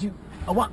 you a what?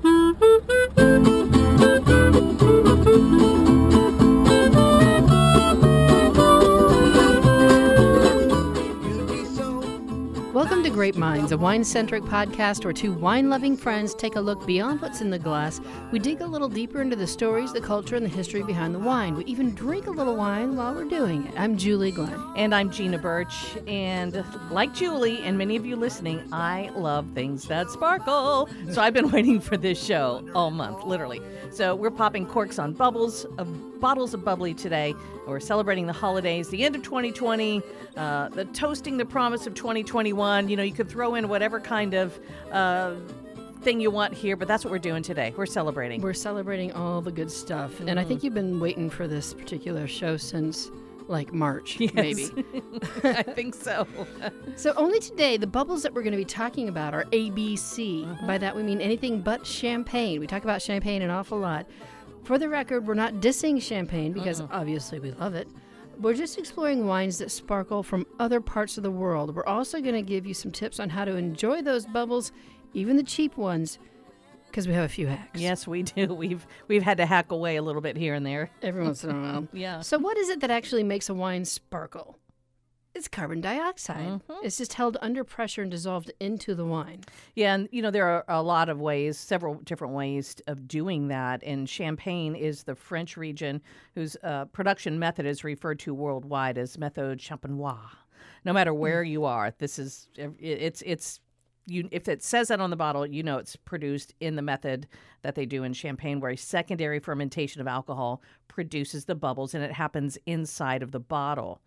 Welcome to Grape Minds, a wine centric podcast where two wine loving friends take a look beyond what's in the glass. We dig a little deeper into the stories, the culture, and the history behind the wine. We even drink a little wine while we're doing it. I'm Julie Glenn. And I'm Gina Birch. And like Julie and many of you listening, I love things that sparkle. So I've been waiting for this show all month, literally. So we're popping corks on bubbles of bottles of bubbly today. We're celebrating the holidays, the end of 2020, uh, the toasting the promise of 2021. You know, you could throw in whatever kind of uh, thing you want here, but that's what we're doing today. We're celebrating. We're celebrating all the good stuff. And I think you've been waiting for this particular show since like March, maybe. I think so. So, only today, the bubbles that we're going to be talking about are ABC. By that, we mean anything but champagne. We talk about champagne an awful lot. For the record, we're not dissing champagne because obviously we love it. We're just exploring wines that sparkle from other parts of the world. We're also going to give you some tips on how to enjoy those bubbles, even the cheap ones, because we have a few hacks. Yes, we do. We've we've had to hack away a little bit here and there. Every once in a while. Yeah. So, what is it that actually makes a wine sparkle? It's carbon dioxide. It's just held under pressure and dissolved into the wine. Yeah, and you know there are a lot of ways, several different ways of doing that. And Champagne is the French region whose uh, production method is referred to worldwide as methode champenois. No matter where you are, this is it- it's it's you if it says that on the bottle, you know it's produced in the method that they do in champagne where a secondary fermentation of alcohol produces the bubbles and it happens inside of the bottle.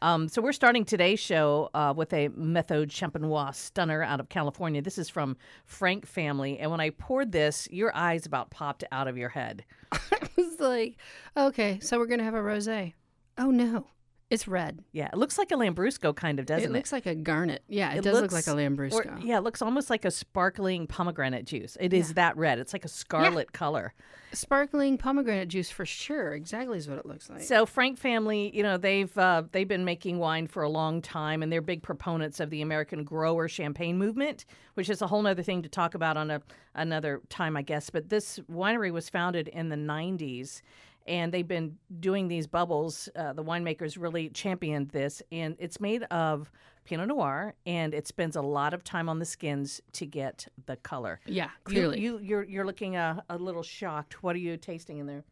Um, so we're starting today's show uh, with a Methode Champenois stunner out of California. This is from Frank Family, and when I poured this, your eyes about popped out of your head. It's like, okay, so we're gonna have a rosé. Oh no, it's red. Yeah, it looks like a Lambrusco kind of, doesn't it it? looks like a garnet. Yeah, it, It does looks- look like a Or- Lambrusco. yeah, it looks almost like a sparkling pomegranate juice. It is that red. It's like a scarlet color. Sparkling pomegranate juice for sure. Exactly is what it looks like. So Frank family, you know, they've uh, they've been making wine for a long time, and they're big proponents of the American grower champagne movement, which is a whole other thing to talk about on a another time, I guess. But this winery was founded in the '90s, and they've been doing these bubbles. Uh, the winemakers really championed this, and it's made of Pinot Noir, and it spends a lot of time on the skins to get the color. yeah, You- clearly. you, you're you're looking a, a little shocked. What are you tasting in there?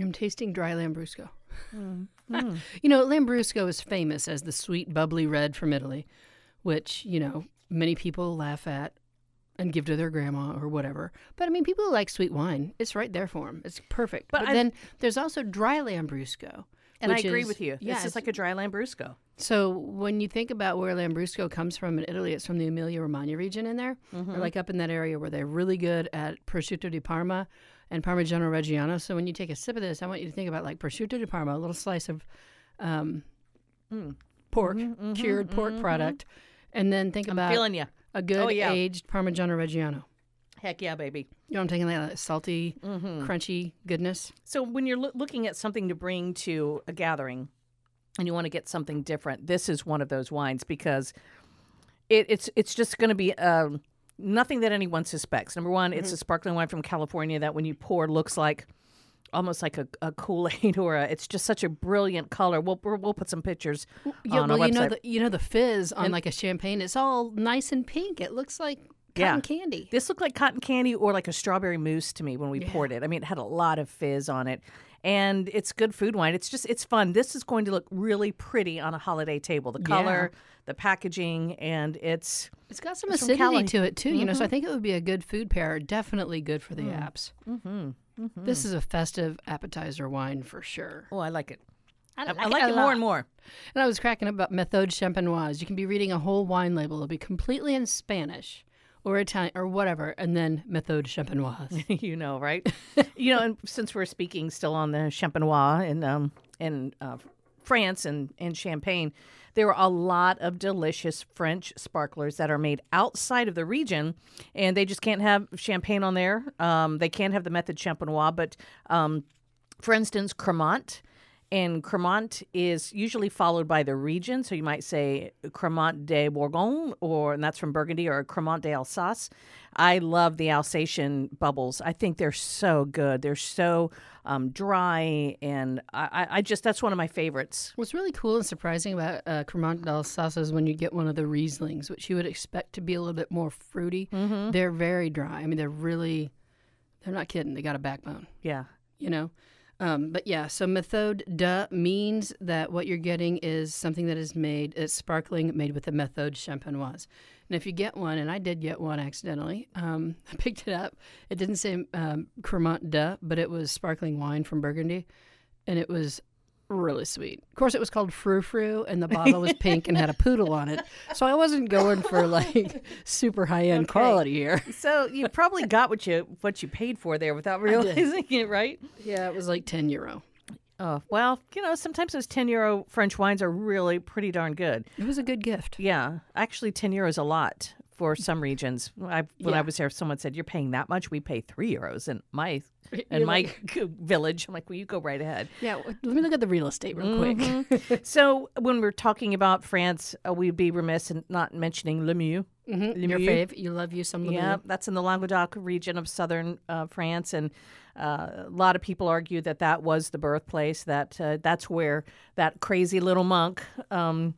I'm tasting dry Lambrusco. Mm. you know, Lambrusco is famous as the sweet, bubbly red from Italy, which, you know, many people laugh at and give to their grandma or whatever. But I mean, people who like sweet wine, it's right there for them. It's perfect. But But, I- then there's also dry Lambrusco. And which I agree is- with you. Yeah, it's just it's- like a dry Lambrusco. So when you think about where Lambrusco comes from in Italy, it's from the Emilia-Romagna region in there, Mm-hmm. or like up in that area where they're really good at prosciutto di Parma and Parmigiano Reggiano. So when you take a sip of this, I want you to think about like prosciutto di Parma, a little slice of um, Mm. pork, Mm-hmm, cured pork product, and then think about Feeling you. a good Oh, yeah. aged Parmigiano Reggiano. Heck yeah, baby. You know what I'm taking that like, salty, Mm-hmm. crunchy goodness. So when you're loo- looking at something to bring to a gathering and you want to get something different, this is one of those wines because it, it's it's just going to be um, nothing that anyone suspects. Number one, Mm-hmm. it's a sparkling wine from California that when you pour looks like almost like a, a Kool Aid or a. It's just such a brilliant color. We'll we'll we'll put some pictures on well, our you know website. the you know the fizz on like a champagne. It's all nice and pink. It looks like Yeah. cotton candy. This looked like cotton candy or like a strawberry mousse to me when we poured it. I mean, it had a lot of fizz on it. And it's good food wine. It's just, it's fun. This is going to look really pretty on a holiday table. The color, the packaging, and it's, It's Mm-hmm. got some from Cali. acidity to it too, you know. So I think it would be a good food pair. Definitely good for the apps. Mm-hmm. This is a festive appetizer wine for sure. oh, I like it. I, like I it like a it, more lot. and more. And I was cracking up about Methode Champenoise. You can be reading a whole wine label; it'll be completely in Spanish or Italian or whatever, and then Methode Champenoise. you know, right? you know, and since we're speaking still on the Champenois and um and uh, France and and Champagne, there are a lot of delicious French sparklers that are made outside of the region, and they just can't have champagne on there. Um, they can't have the method Champenois, but um, for instance, Cremant. And Cremant is usually followed by the region. So you might say Cremant de Bourgogne, or and that's from Burgundy, or Cremant de Alsace. I love the Alsatian bubbles. I think they're so good. They're so um, dry, and I, I- I just that's one of my favorites. What's really cool and surprising about uh, Cremant d'Alsace is when you get one of the Rieslings, which you would expect to be a little bit more fruity. They're very dry. I mean, they're really, they're not kidding. They got a backbone, Yeah. you know? Um, but yeah, so methode de means that what you're getting is something that is made, it's sparkling, made with the methode champenoise. And if you get one, and I did get one accidentally, um, I picked it up. It didn't say um, Cremant de, but it was sparkling wine from Burgundy. And it was really sweet. Of course, it was called Frou Frou, and the bottle was pink and had a poodle on it. So I wasn't going for like super high end quality here. So you probably got what you what you paid for there without realizing it, right? Yeah, it was like 10 euro. Oh well, you know sometimes those ten euro French wines are really pretty darn good. It was a good gift. Yeah, actually, ten euros a lot for some regions. I, when I Mm. Yeah. was there, someone said you're paying that much. We pay three euros in my in You're my village. I'm like, well, you go right ahead. Yeah, w- Mm-hmm. let me look at the real estate real quick. so when we're talking about France, uh, we'd be remiss in not mentioning Lemieux. Mhm, Your Lemieux. fave, you love you some Lemieux. Yeah, that's in the Languedoc region of southern uh, France, and uh, a lot of people argue that that was the birthplace. That uh, that's where that crazy little monk, um,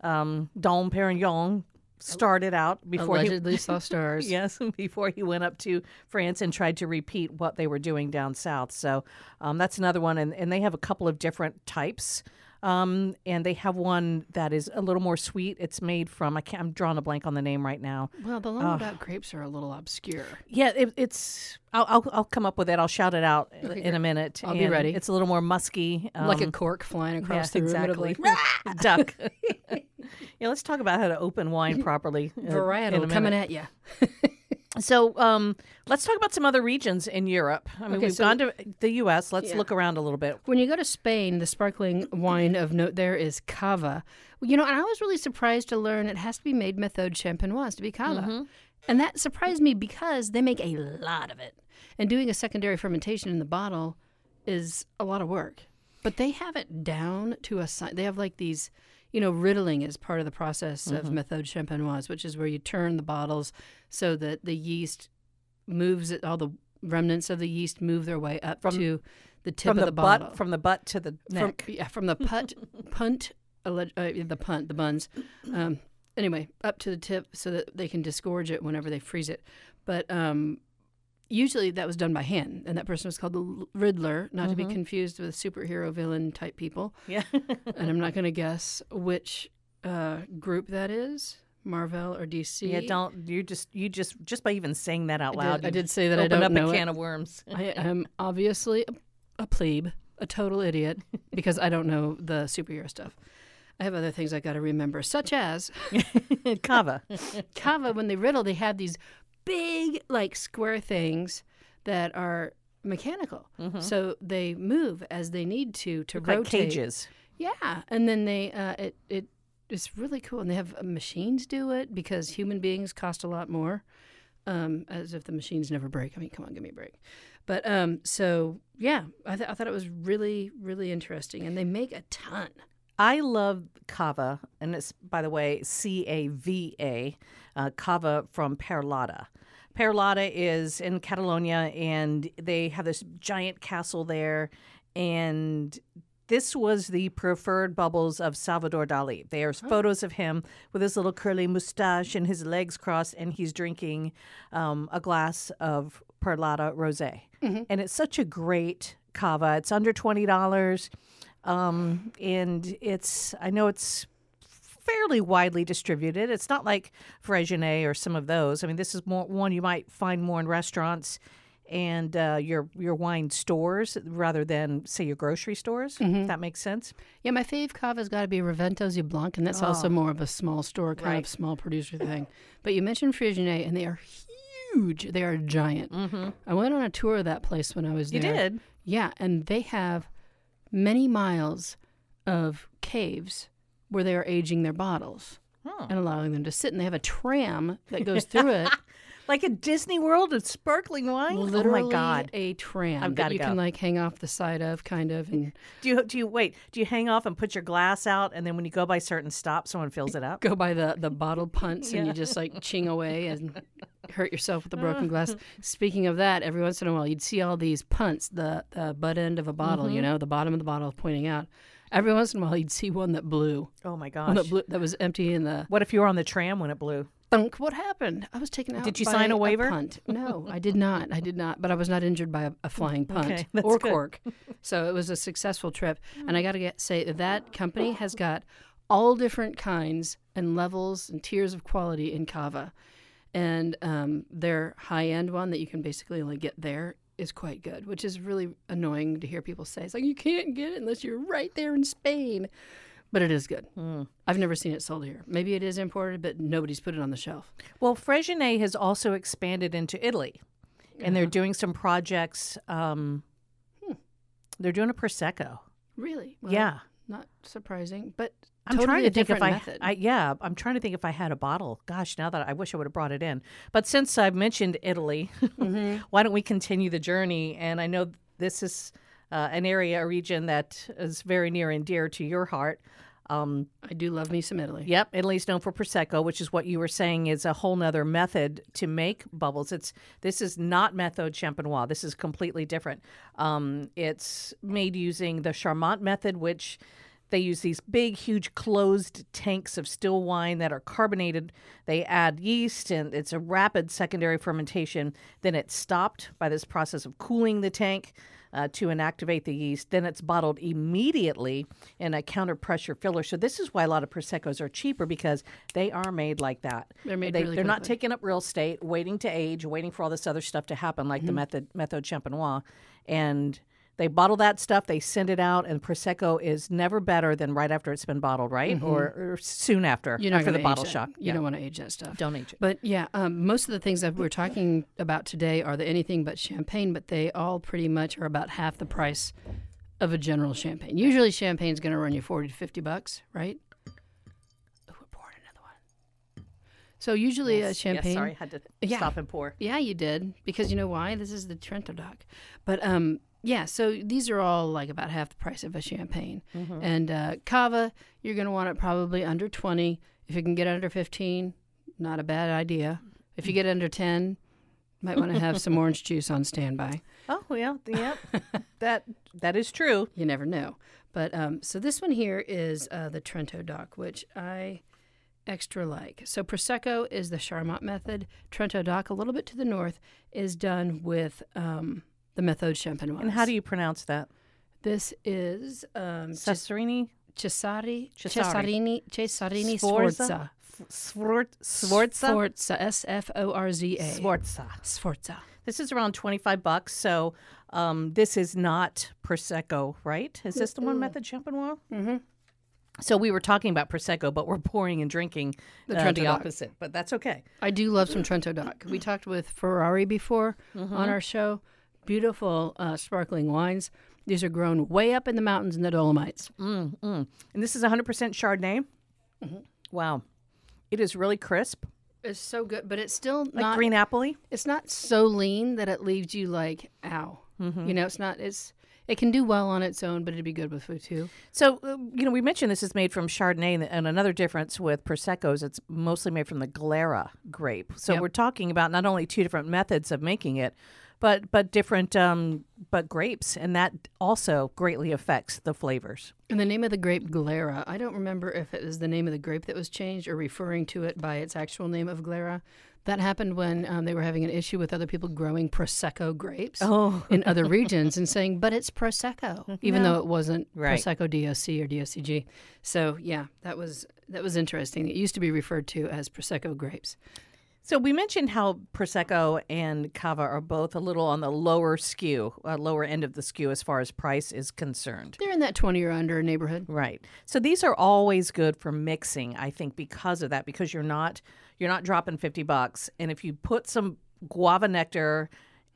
um, Dom Perignon, started out before he. Allegedly saw stars. Yes, before he went up to France and tried to repeat what they were doing down south. So um, that's another one. And, and they have a couple of different types. Um, and they have one that is a little more sweet. It's made from, I can't, I'm drawing a blank on the name right now. Well, the Languedoc grapes are a little obscure. Yeah, it, it's. I'll, I'll I'll come up with it. I'll shout it out in a minute. I'll be And ready. It's a little more musky, um, like a cork flying yeah, across the room. at a exactly Uh, like, duck. yeah, let's talk about how to open wine properly. uh, in a Varietal coming at minute. you. So, um, let's talk about some other regions in Europe. I mean, Okay, we've so- gone to the U.S. Let's look around a little bit. When you go to Spain, the sparkling wine of note there is cava. You know, and I was really surprised to learn it has to be made method champenoise to be cava. Mm-hmm. And that surprised me because they make a lot of it. And doing a secondary fermentation in the bottle is a lot of work. But they have it down to a sci- They have like these, you know, riddling is part of the process of Mm-hmm. method champenoise, which is where you turn the bottles so that the yeast moves it, all the remnants of the yeast move their way up to the tip From of the, the butt, bottle from the butt to the from, neck. yeah, from the punt, punt, alleg- uh, the punt, the buns. Um, anyway, up to the tip so that they can disgorge it whenever they freeze it. But um, usually that was done by hand, and that person was called the L- Riddler, not to be confused with superhero villain type people. Mm-hmm. yeah, And I'm not going to guess which uh, group that is, Marvel or DC. yeah. Don't you just you just just by even saying that out I loud? did, I you did say that I opened don't up know a it. can of worms. I am obviously a, a plebe, a total idiot, because I don't know the superhero stuff. I have other things I got to remember, such as Cava. Kava, when they riddle, they have these big, like, square things that are mechanical. So they move as they need to to Mm-hmm. like rotate. cages. Yeah, and then they uh, it it it's really cool, and they have uh, machines do it because human beings cost a lot more. Um, as if the machines never break. I mean, come on, give me a break. But um, so yeah, I, th- I thought it was really really interesting, and they make a ton. I love cava, and it's by the way C A V A, uh, cava from Perlada. Perlada is in Catalonia, and they have this giant castle there, and. This was the preferred bubbles of Salvador Dali. There's photos of him with his little curly mustache and his legs crossed, and he's drinking um, a glass of Perlada rosé. And it's such a great cava. It's under twenty dollars um, and it's I know it's fairly widely distributed. It's not like Fresgenet or some of those. I mean, this is more one you might find more in restaurants and uh, your your wine stores rather than say your grocery stores. If that makes sense. Yeah, my fave kava's got to be Revento Zia Blanc, and that's also more of a small store kind Ah. Right. of small producer thing. But you mentioned Frisianet, and they are huge. They are giant. I went on a tour of that place when I was Mm-hmm. You there. did. Yeah, and they have many miles of caves where they are aging their bottles and allowing them to sit. And they have a tram that goes through it. like a Disney World of sparkling wine. Literally oh my god! a tram I've that gotta you go. can like hang off the side of, kind of, and Do you do you wait? Do you hang off and put your glass out, and then when you go by certain stops, someone fills it up? go by the the bottle punts, and you just like ching away and hurt yourself with a broken glass. Speaking of that, every once in a while you'd see all these punts, the the butt end of a bottle, Mm-hmm. you know, the bottom of the bottle pointing out. Every once in a while you'd see one that blew, Oh my one that gosh! blew that was empty in the What if you were on the tram when it blew? thunk. What happened? I was taken out. Did you by sign a waiver? punt. No, I did not. I did not. But I was not injured by a, a flying punt Okay, that's or good. cork. So it was a successful trip. And I got to get say that that company has got all different kinds and levels and tiers of quality in kava, and um, their high end one that you can basically only get there. Is quite good, which is really annoying to hear people say. It's like you can't get it unless you're right there in Spain, but it is good. Hmm. I've never seen it sold here. Maybe it is imported, but nobody's put it on the shelf. Well, Fresgenet has also expanded into Italy, and they're doing some projects. Um, Hmm. They're doing a prosecco. Really? Well, yeah, Not surprising, but I'm totally trying a to think if different I, method. I. Yeah, I'm trying to think if I had a bottle. Gosh, now that I wish I would have brought it in. But since I've mentioned Italy, Mm-hmm. why don't we continue the journey? And I know this is uh, an area, a region that is very near and dear to your heart. Um, I do love me some Italy. Yep, Italy's known for prosecco, which is what you were saying is a whole nother method to make bubbles. It's this is not method champenois. This is completely different. Um, it's made using the Charmant method, which they use these big, huge closed tanks of still wine that are carbonated. They add yeast, and it's a rapid secondary fermentation. Then it's stopped by this process of cooling the tank uh, to inactivate the yeast. Then it's bottled immediately in a counter pressure filler. So this is why a lot of proseccos are cheaper because they are made like that. They're made They, really they're not quickly. taking up real estate, waiting to age, waiting for all this other stuff to happen, Mm-hmm. like the method method champenois, and they bottle that stuff, they send it out, and prosecco is never better than right after it's been bottled, right, or, or soon after Mm-hmm. You're not after gonna the age bottle that. shock. You Yeah. don't want to age that stuff. Don't age it. But yeah, um, most of the things that we're talking about today are the anything but champagne, but they all pretty much are about half the price of a general champagne. Usually, champagne's going to run you forty to fifty bucks, right? Ooh, we're pouring another one. So usually a champagne. Yes, sorry, had to Yeah. stop and pour. Yeah, you did because you know why? This is the Trento doc. But um, yeah, so these are all like about half the price of a champagne. And uh, cava, you're going to want it probably under 20. If you can get under 15, not a bad idea. If you get under 10, might want to have some orange juice on standby. Oh yeah, yeah, that that is true. You never know. But um, so this one here is uh, the Trento Doc, which I extra like. So Prosecco is the Charmat method. Trento Doc, a little bit to the north, is done with um, the Methode Champenoise. And how do you pronounce that? This is um, Ces- Cesarini Cesari, Cesari. Cesarini, Cesarini Sforza. Sforza F- Svort- Sforza Sforza, S-F-O-R-Z-A. Sforza. Sforza. This is around 25 bucks. So um, this is not Prosecco, right? Is this the one method champenois? Mm-hmm. So we were talking about Prosecco, but we're pouring and drinking the, Trento Uh, the Doc. opposite. But that's okay. I do love some Trento Doc. We talked with Ferrari before Mm-hmm. on our show. Beautiful uh, sparkling wines. These are grown way up in the mountains in the Dolomites. Mm. And this is 100% Chardonnay. Mm-hmm. Wow. It is really crisp, It's so good, but it's still like not. green apple It's not so lean that it leaves you like ow. Mm-hmm. You know, it's not. It's it can do well on its own, but it'd be good with food too. So, uh, you know, we mentioned this is made from Chardonnay, and- and another difference with Prosecco is it's mostly made from the Glera grape. So we're talking about not only two different methods of making it, but but different um, but grapes, and that also greatly affects the flavors. And the name of the grape Glera, I don't remember if it was the name of the grape that was changed or referring to it by its actual name of Glera. That happened when um, they were having an issue with other people growing Prosecco grapes in other regions and saying, but it's Prosecco, even though it wasn't Right. Prosecco DOC or DOCG. So, yeah, that was that was interesting. It used to be referred to as Prosecco grapes. So we mentioned how Prosecco and Cava are both a little on the lower skew, uh, lower end of the skew as far as price is concerned. They're in that 20 or under neighborhood. Right. So these are always good for mixing, I think, because of that, because you're not you're not dropping fifty bucks. And if you put some guava nectar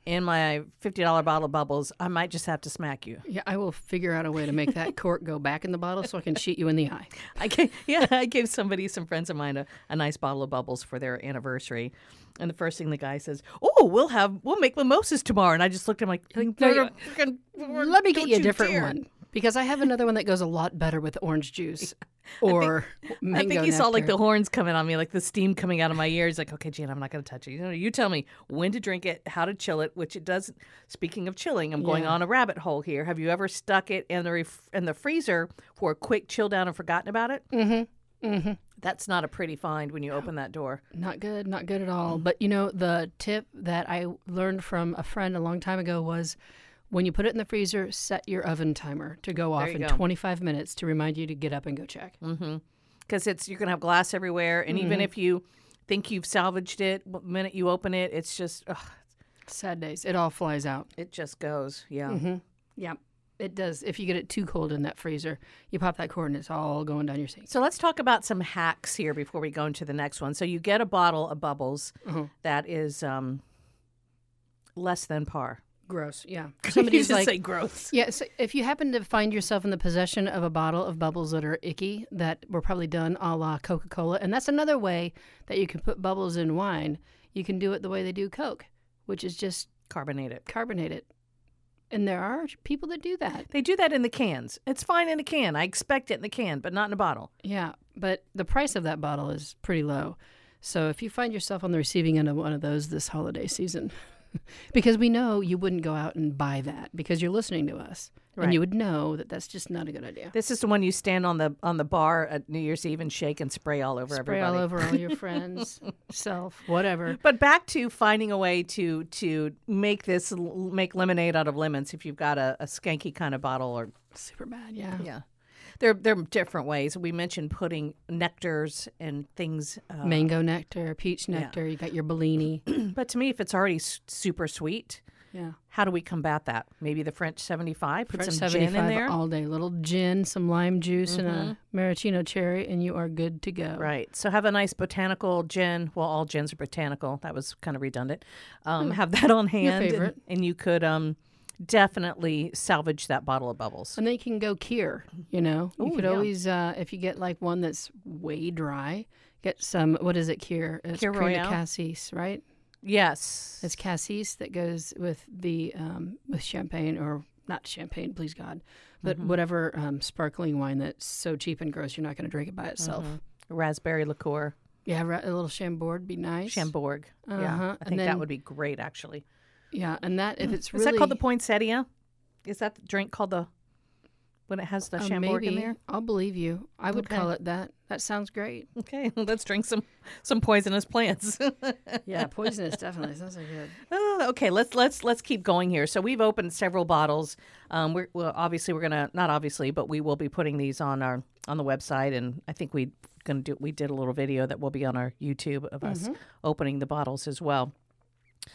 in my $50 bottle of bubbles, I might just have to smack you. Yeah, I will figure out a way to make that cork go back in the bottle so I can shoot you in the eye. I gave, yeah, I gave somebody, some friends of mine, a, a nice bottle of bubbles for their anniversary. And the first thing the guy says, "Oh, we'll have we'll make mimosas tomorrow." And I just looked at him like, no, "You're you- a freaking- Let me get don't you a different dare." one because I have another one that goes a lot better with orange juice or I mango think he saw like nectar. the horns coming on me, like the steam coming out of my ears. Like, okay, Jan, I'm not going to touch it. You know, you tell me when to drink it, how to chill it, which it does. Speaking of chilling, I'm going Yeah. on a rabbit hole here. Have you ever stuck it in the ref- in the freezer for a quick chill down and forgotten about it? Mhm. That's not a pretty find when you open that door. Not good, not good at all. But you know, the tip that I learned from a friend a long time ago was when you put it in the freezer, set your oven timer to go off you in go. Mm. 25 minutes to remind you to get up and go check. because it's you're gonna have glass everywhere, and Mm-hmm. even if you think you've salvaged it, the minute you open it, it's just ugh, Sad days. It all flies out. it just goes. Yeah, Mm-hmm. Yeah, it does. If you get it too cold in that freezer, you pop that cord and it's all going down your sink. So let's talk about some hacks here before we go into the next one. So you get a bottle of bubbles that is um, less than par. Gross. Yeah. You Somebody's just like, say gross. Yeah, so if you happen to find yourself in the possession of a bottle of bubbles that are icky, that were probably done a la Coca Cola, and that's another way that you can put bubbles in wine, you can do it the way they do Coke, which is just Carbonate it. carbonate it. And there are people that do that. They do that in the cans. It's fine in a can. I expect it in the can, but not in a bottle. Yeah, but the price of that bottle is pretty low. So if you find yourself on the receiving end of one of those this holiday season, because we know you wouldn't go out and buy that because you're listening to us and Right. you would know that that's just not a good idea. This is the one you stand on the on the bar at New Year's Eve and shake and spray all over spray all everybody. over all your friends, self, whatever. But back to finding a way to to make this l- make lemonade out of lemons if you've got a, a skanky kind of bottle or Super bad, yeah. yeah. There, there are different ways. We mentioned putting nectars and things, uh, Mango nectar, peach nectar. You got your Bellini. but to me, if it's already s- super sweet, Yeah, how do we combat that? Maybe the French seventy-five, put French some gin in there, seventy-five all day. Little gin, some lime juice, and a maraschino cherry, and you are good to go. right? So have a nice botanical gin. Well, all gins are botanical. That was kind of redundant. Um, have that on hand, and- Hmm. favorite. And, you could um, definitely salvage that bottle of bubbles. And then you can go cure. You know, you Ooh, could yeah. always, uh, if you get like one that's way dry, get some. What is it? Cure. It's Cure cream de Royale? cassis, right? Yes, It's cassis that goes with the um, with champagne or not champagne, please God, but Mm-hmm. whatever um, sparkling wine that's so cheap and gross you're not going to drink it by itself. Mm-hmm. raspberry liqueur, Yeah, ra- a little Chambord would be nice. Chambord. Yeah, Uh-huh. I And think that then- would be great actually. Yeah, and that if it's really Is that called the poinsettia? Is that the drink called the when it has the uh, Chambord in maybe, there? I'll believe you. I would Okay. call it that. That sounds great. Okay, let's drink some some poisonous plants. Yeah, poisonous definitely sounds like good. Ah, okay, let's let's let's keep going here. So we've opened several bottles. Um, we're well, obviously we're gonna not obviously, but we will be putting these on our on the website, and I think we gonna do we did a little video that will be on our YouTube of us Mm-hmm. opening the bottles as well.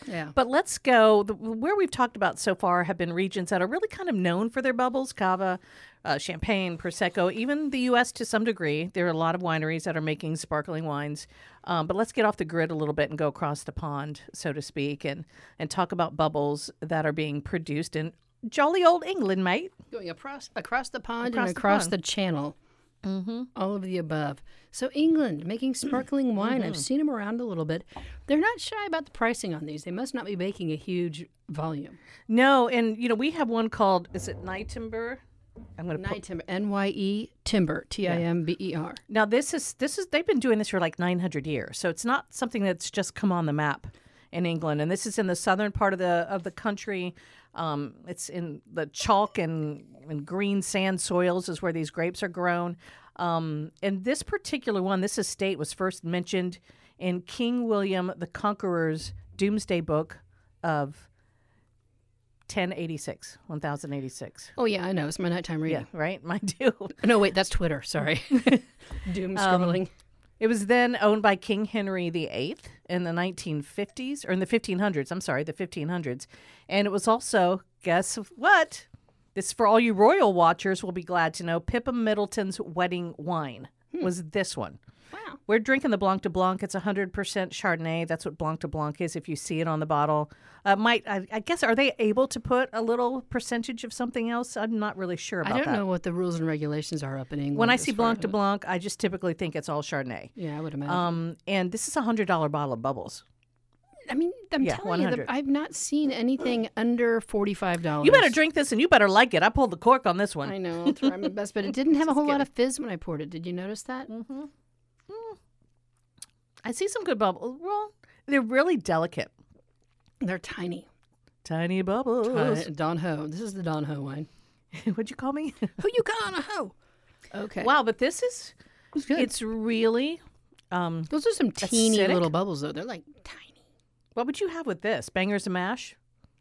Yeah. But let's go. The, where we've talked about so far have been regions that are really kind of known for their bubbles cava, uh, champagne, Prosecco, even the U.S. to some degree. There are a lot of wineries that are making sparkling wines. Um, but let's get off the grid a little bit and go across the pond, so to speak, and, and talk about bubbles that are being produced in jolly old England, mate. Going across across the pond Across and the across pond. the, channel. Mm-hmm. All of the above. So England making sparkling wine. Mm-hmm. I've seen them around a little bit. They're not shy about the pricing on these. They must not be making a huge volume. No, and you know, we have one called, is it Nightimber? I'm going to put. Night timber. N Y E timber. T I M B E R. Now this is this is they've been doing this for like 900 years, so it's not something that's just come on the map in England. And this is in the southern part of the of the country. Um, it's in the chalk and, and green sand soils is where these grapes are grown. Um, and this particular one, this estate was first mentioned in King William the Conqueror's Doomsday Book of 1086, 1086. Oh yeah, I know. It's my nighttime reading. Yeah, right. Mine too. No, wait, that's Twitter. Sorry. Doom Um, scrolling. It was then owned by King Henry VIII in the 1950s, or in the 1500s, I'm sorry, the 1500s. And it was also, guess what? This, for all you royal Hmm. watchers, will be glad to know Pippa Middleton's wedding wine was this one. wow. We're drinking the Blanc de Blanc. It's 100% Chardonnay. That's what Blanc de Blanc is if you see it on the bottle. Uh, might I, I guess, are they able to put a little percentage of something else? I'm not really sure about I don't that. know what the rules and regulations are up in England. When I as see far Blanc de as- Blanc, I just typically think it's all Chardonnay. yeah, I would imagine. Um, and this is a $100 bottle of bubbles. I mean, I'm yeah, telling you, 100. the, I've not seen anything under forty-five dollars. You better drink this and you better like it. Oh, I pulled the cork on this one. I know, I'll try my best, but it didn't have a Just Mm. whole lot of fizz when I poured it. Did you notice that? I see some good bubbles. Well, they're really delicate. They're tiny. Tiny bubbles. Uh, Don Ho. This is the Don Ho wine. What'd you call me? Who you got on a hoe? Okay. wow, but this is, it's good. it's really, um, Those are some teeny acidic? little bubbles, though. They're like tiny what would you have with this? Bangers and mash?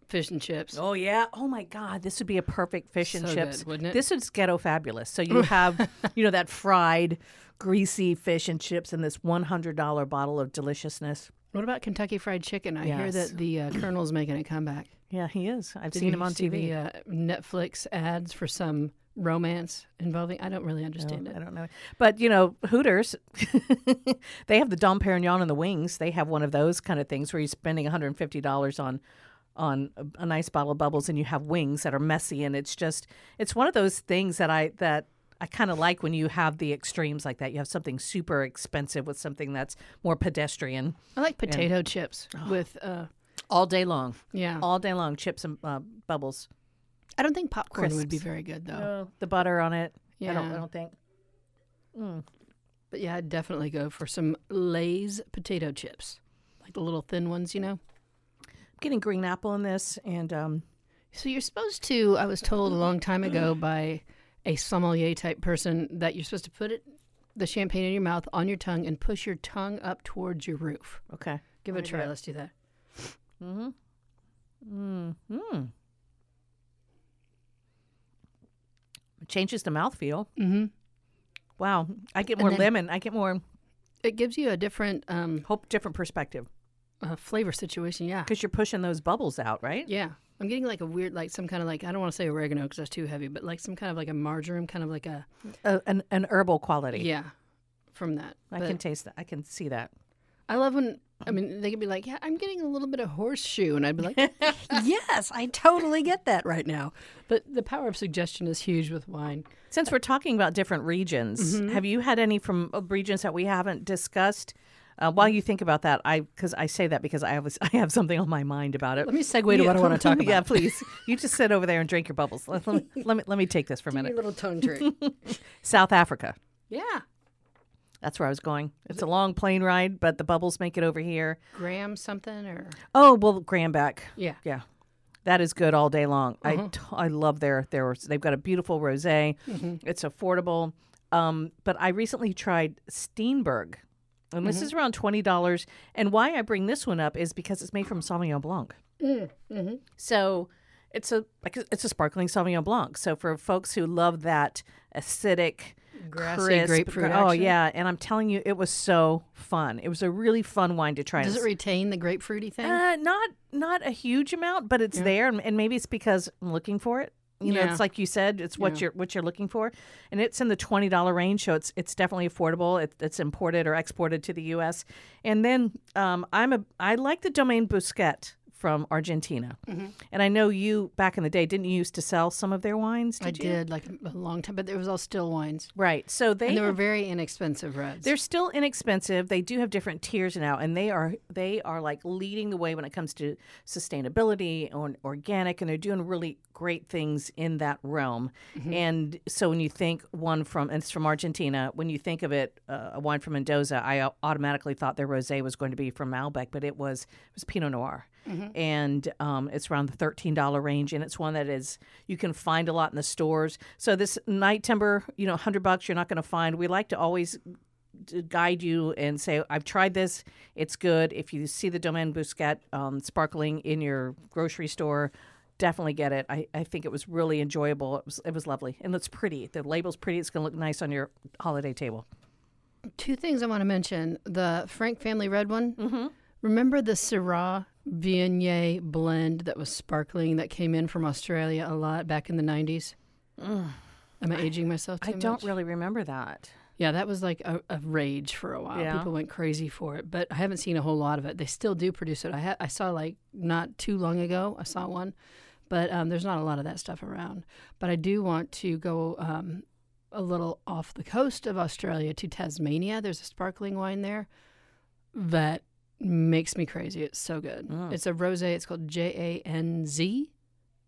fish and chips. Oh, yeah. Oh, my God. This would be a perfect fish and So chips. good, wouldn't it? This is ghetto fabulous. So you have, you know, that fried, greasy fish and chips and this $100 bottle of deliciousness. What about Kentucky Fried Chicken? I hear Yes. that the uh, Colonel's making a comeback. Yeah, he is. I've Did seen you him on see TV. The, uh, Netflix ads for some romance involving. I don't really understand I it. don't know. But, you know, Hooters, they have the Dom Perignon and the wings. They have one of those kind of things where you're spending $150 on on a- a nice bottle of bubbles and you have wings that are messy and it's just it's one of those things that I that I kind of like when you have the extremes like that. You have something super expensive with something that's more pedestrian I like potato chips Oh. with. Uh, all day long. yeah, All day long chips and uh, bubbles. I don't think popcorn would be crisps. very good though. The butter on it. I don't I Yeah. don't think. But yeah, I'd definitely go for some Lay's potato chips, like the little thin ones, you know. I'm getting green apple in this and um So you're supposed to, I was told a long time ago by a sommelier type person that you're supposed to put it, the champagne in your mouth, on your tongue, and push your tongue up towards your roof. okay. Give it a try. Let's do that. changes the mouthfeel. Mhm. Wow, I get more then- lemon. I get more It gives you a different um, hope, different perspective uh, flavor situation. Yeah. because you're pushing those bubbles out, right? Yeah. I'm getting like a weird, like some kind of like, I don't want to say oregano because that's too heavy, but like some kind of like a marjoram, kind of like a, Uh, an, an herbal quality. yeah, from that. I But- can taste that. I can see that. I love when I mean they could be like, "Yeah, I'm getting a little bit of horseshoe," and I'd be like, "Yes, I totally get that right now." But the power of suggestion is huge with wine. Since we're talking about different regions, have you had any from uh, regions that we haven't discussed? Uh, while you think about that, I because I say that because I was I have something on my mind about it. Let me segue to what I want to talk about. yeah, please. You just sit over there and drink your bubbles. Let, let, me, let me let me take this for a Give me a minute. little tongue trick. South Africa. yeah, That's where I was going. It's a long plane ride, but the bubbles make it over here. Graham something or Oh well, Grandback. yeah, Yeah, that is good all day long. I Uh-huh. t I I love their their they've got a beautiful rosé. Mm-hmm. It's affordable. Um, but I recently tried Steenberg, and Mm-hmm. this is around twenty dollars. And why I bring this one up is because it's made from Sauvignon Blanc. Mm, mm-hmm. So it's a like it's a sparkling Sauvignon Blanc. So for folks who love that acidic, Grassy crisp, grapefruit Oh action. yeah, and I'm telling you, it was so fun. It was a really fun wine to try. Does It's- it retain the grapefruity thing? uh, not not a huge amount, but it's there, and, and maybe it's because I'm looking for it. You know, Yeah. it's like you said, it's what you're what you're looking for, and it's in the twenty dollar range, so it's it's definitely affordable. It, it's imported or exported to the U.S. And then um, I'm a I like the Domaine Busquet from Argentina, Mm-hmm. and I know you back in the day didn't you used to sell some of their wines. Did I you? did like a long time, but it was all still wines, Right, so they and they were have- very inexpensive reds. they're still inexpensive. They do have different tiers now, and they are they are like leading the way when it comes to sustainability and organic, and they're doing really great things in that realm. And so when you think one from and it's from Argentina, when you think of it, uh, a wine from Mendoza, I au- automatically thought their rosé was going to be from Malbec, but it was it was Pinot Noir. And um, it's around the thirteen dollar range, and it's one that is you can find a lot in the stores. So this night timber, you know, hundred bucks, you're not going to find. We like to always to guide you and say, I've tried this, it's good. If you see the Domaine Busquet um, sparkling in your grocery store, definitely get it. I, I think it was really enjoyable. It was, it was lovely. And it's pretty. The label's pretty. It's going to look nice on your holiday table. Two things I want to mention: the Frank Family Red one. Mm-hmm. Remember the Syrah Viognier blend that was sparkling that came in from Australia a lot back in the nineties. Am I aging myself? Too I don't much? really remember that. Yeah, that was like a, a rage for a while. Yeah. People went crazy for it, but I haven't seen a whole lot of it. They still do produce it. I ha- I saw like not too long ago. I saw one, but um, there's not a lot of that stuff around. But I do want to go um, a little off the coast of Australia to Tasmania. There's a sparkling wine there that makes me crazy. It's so good. Mm. It's a rosé. It's called J A N Z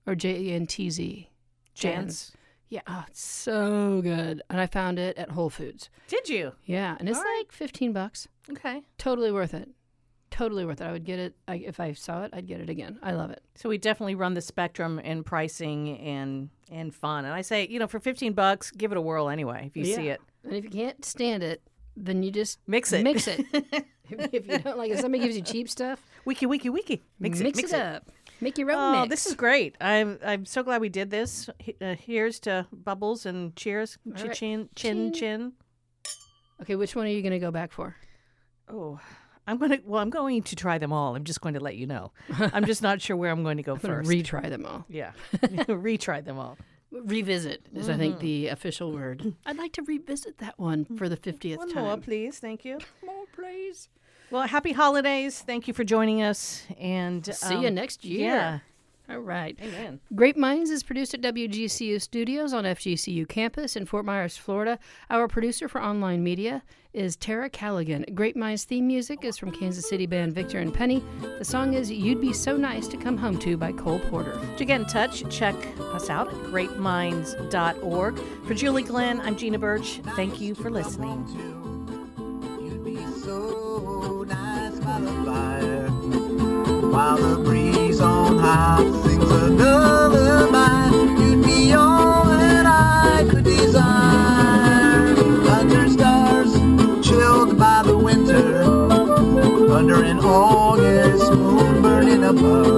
or J A N T Z. Chance. Yeah, oh, it's so good. And I found it at Whole Foods. Did you? Yeah, and it's All right. like 15 bucks. Okay. Totally worth it. Totally worth it. I would get it I, if I saw it. I'd get it again. I love it. So we definitely run the spectrum in pricing and and fun. And I say, you know, for 15 bucks, give it a whirl anyway if you see Yeah. it. And if you can't stand it, then you just Mix it. Mix it. if, if you don't like it, somebody gives you cheap stuff. Wiki wiki wiki. Mix, Mix, it. Mix it, up. Make your own Oh, mix. this is great. I'm I'm so glad we did this. He- Uh, here's to bubbles and cheers. All Chi- right. Chin Chin. chin chin. okay. Which one are you going to go back for? Oh, I'm gonna. Well, I'm going to try them all. I'm just going to let you know. I'm just not sure where I'm going to go I'm going first. to retry them all. yeah, retry them all. Revisit is, I Mm-hmm. think, the official word. I'd like to revisit that one for the 50th One time. more, please. Thank you. More, please. Well, happy holidays. Thank you for joining us. And See um, you next Yeah. year. All right. Amen. Grape Minds is produced at WGCU Studios on FGCU campus in Fort Myers, Florida. Our producer for online media is Tara Callaghan. Grape Minds theme music is from Kansas City band Victor and Penny. The song is You'd Be So Nice to Come Home To by Cole Porter. To get in touch, check us out at greatminds.org. For Julie Glenn, I'm Gina Birch. Thank you for listening. You'd be so nice by the fire while the breeze on high sings a lullaby. You'd be all that I could desire. Under stars, chilled by the winter, under an August moon burning above.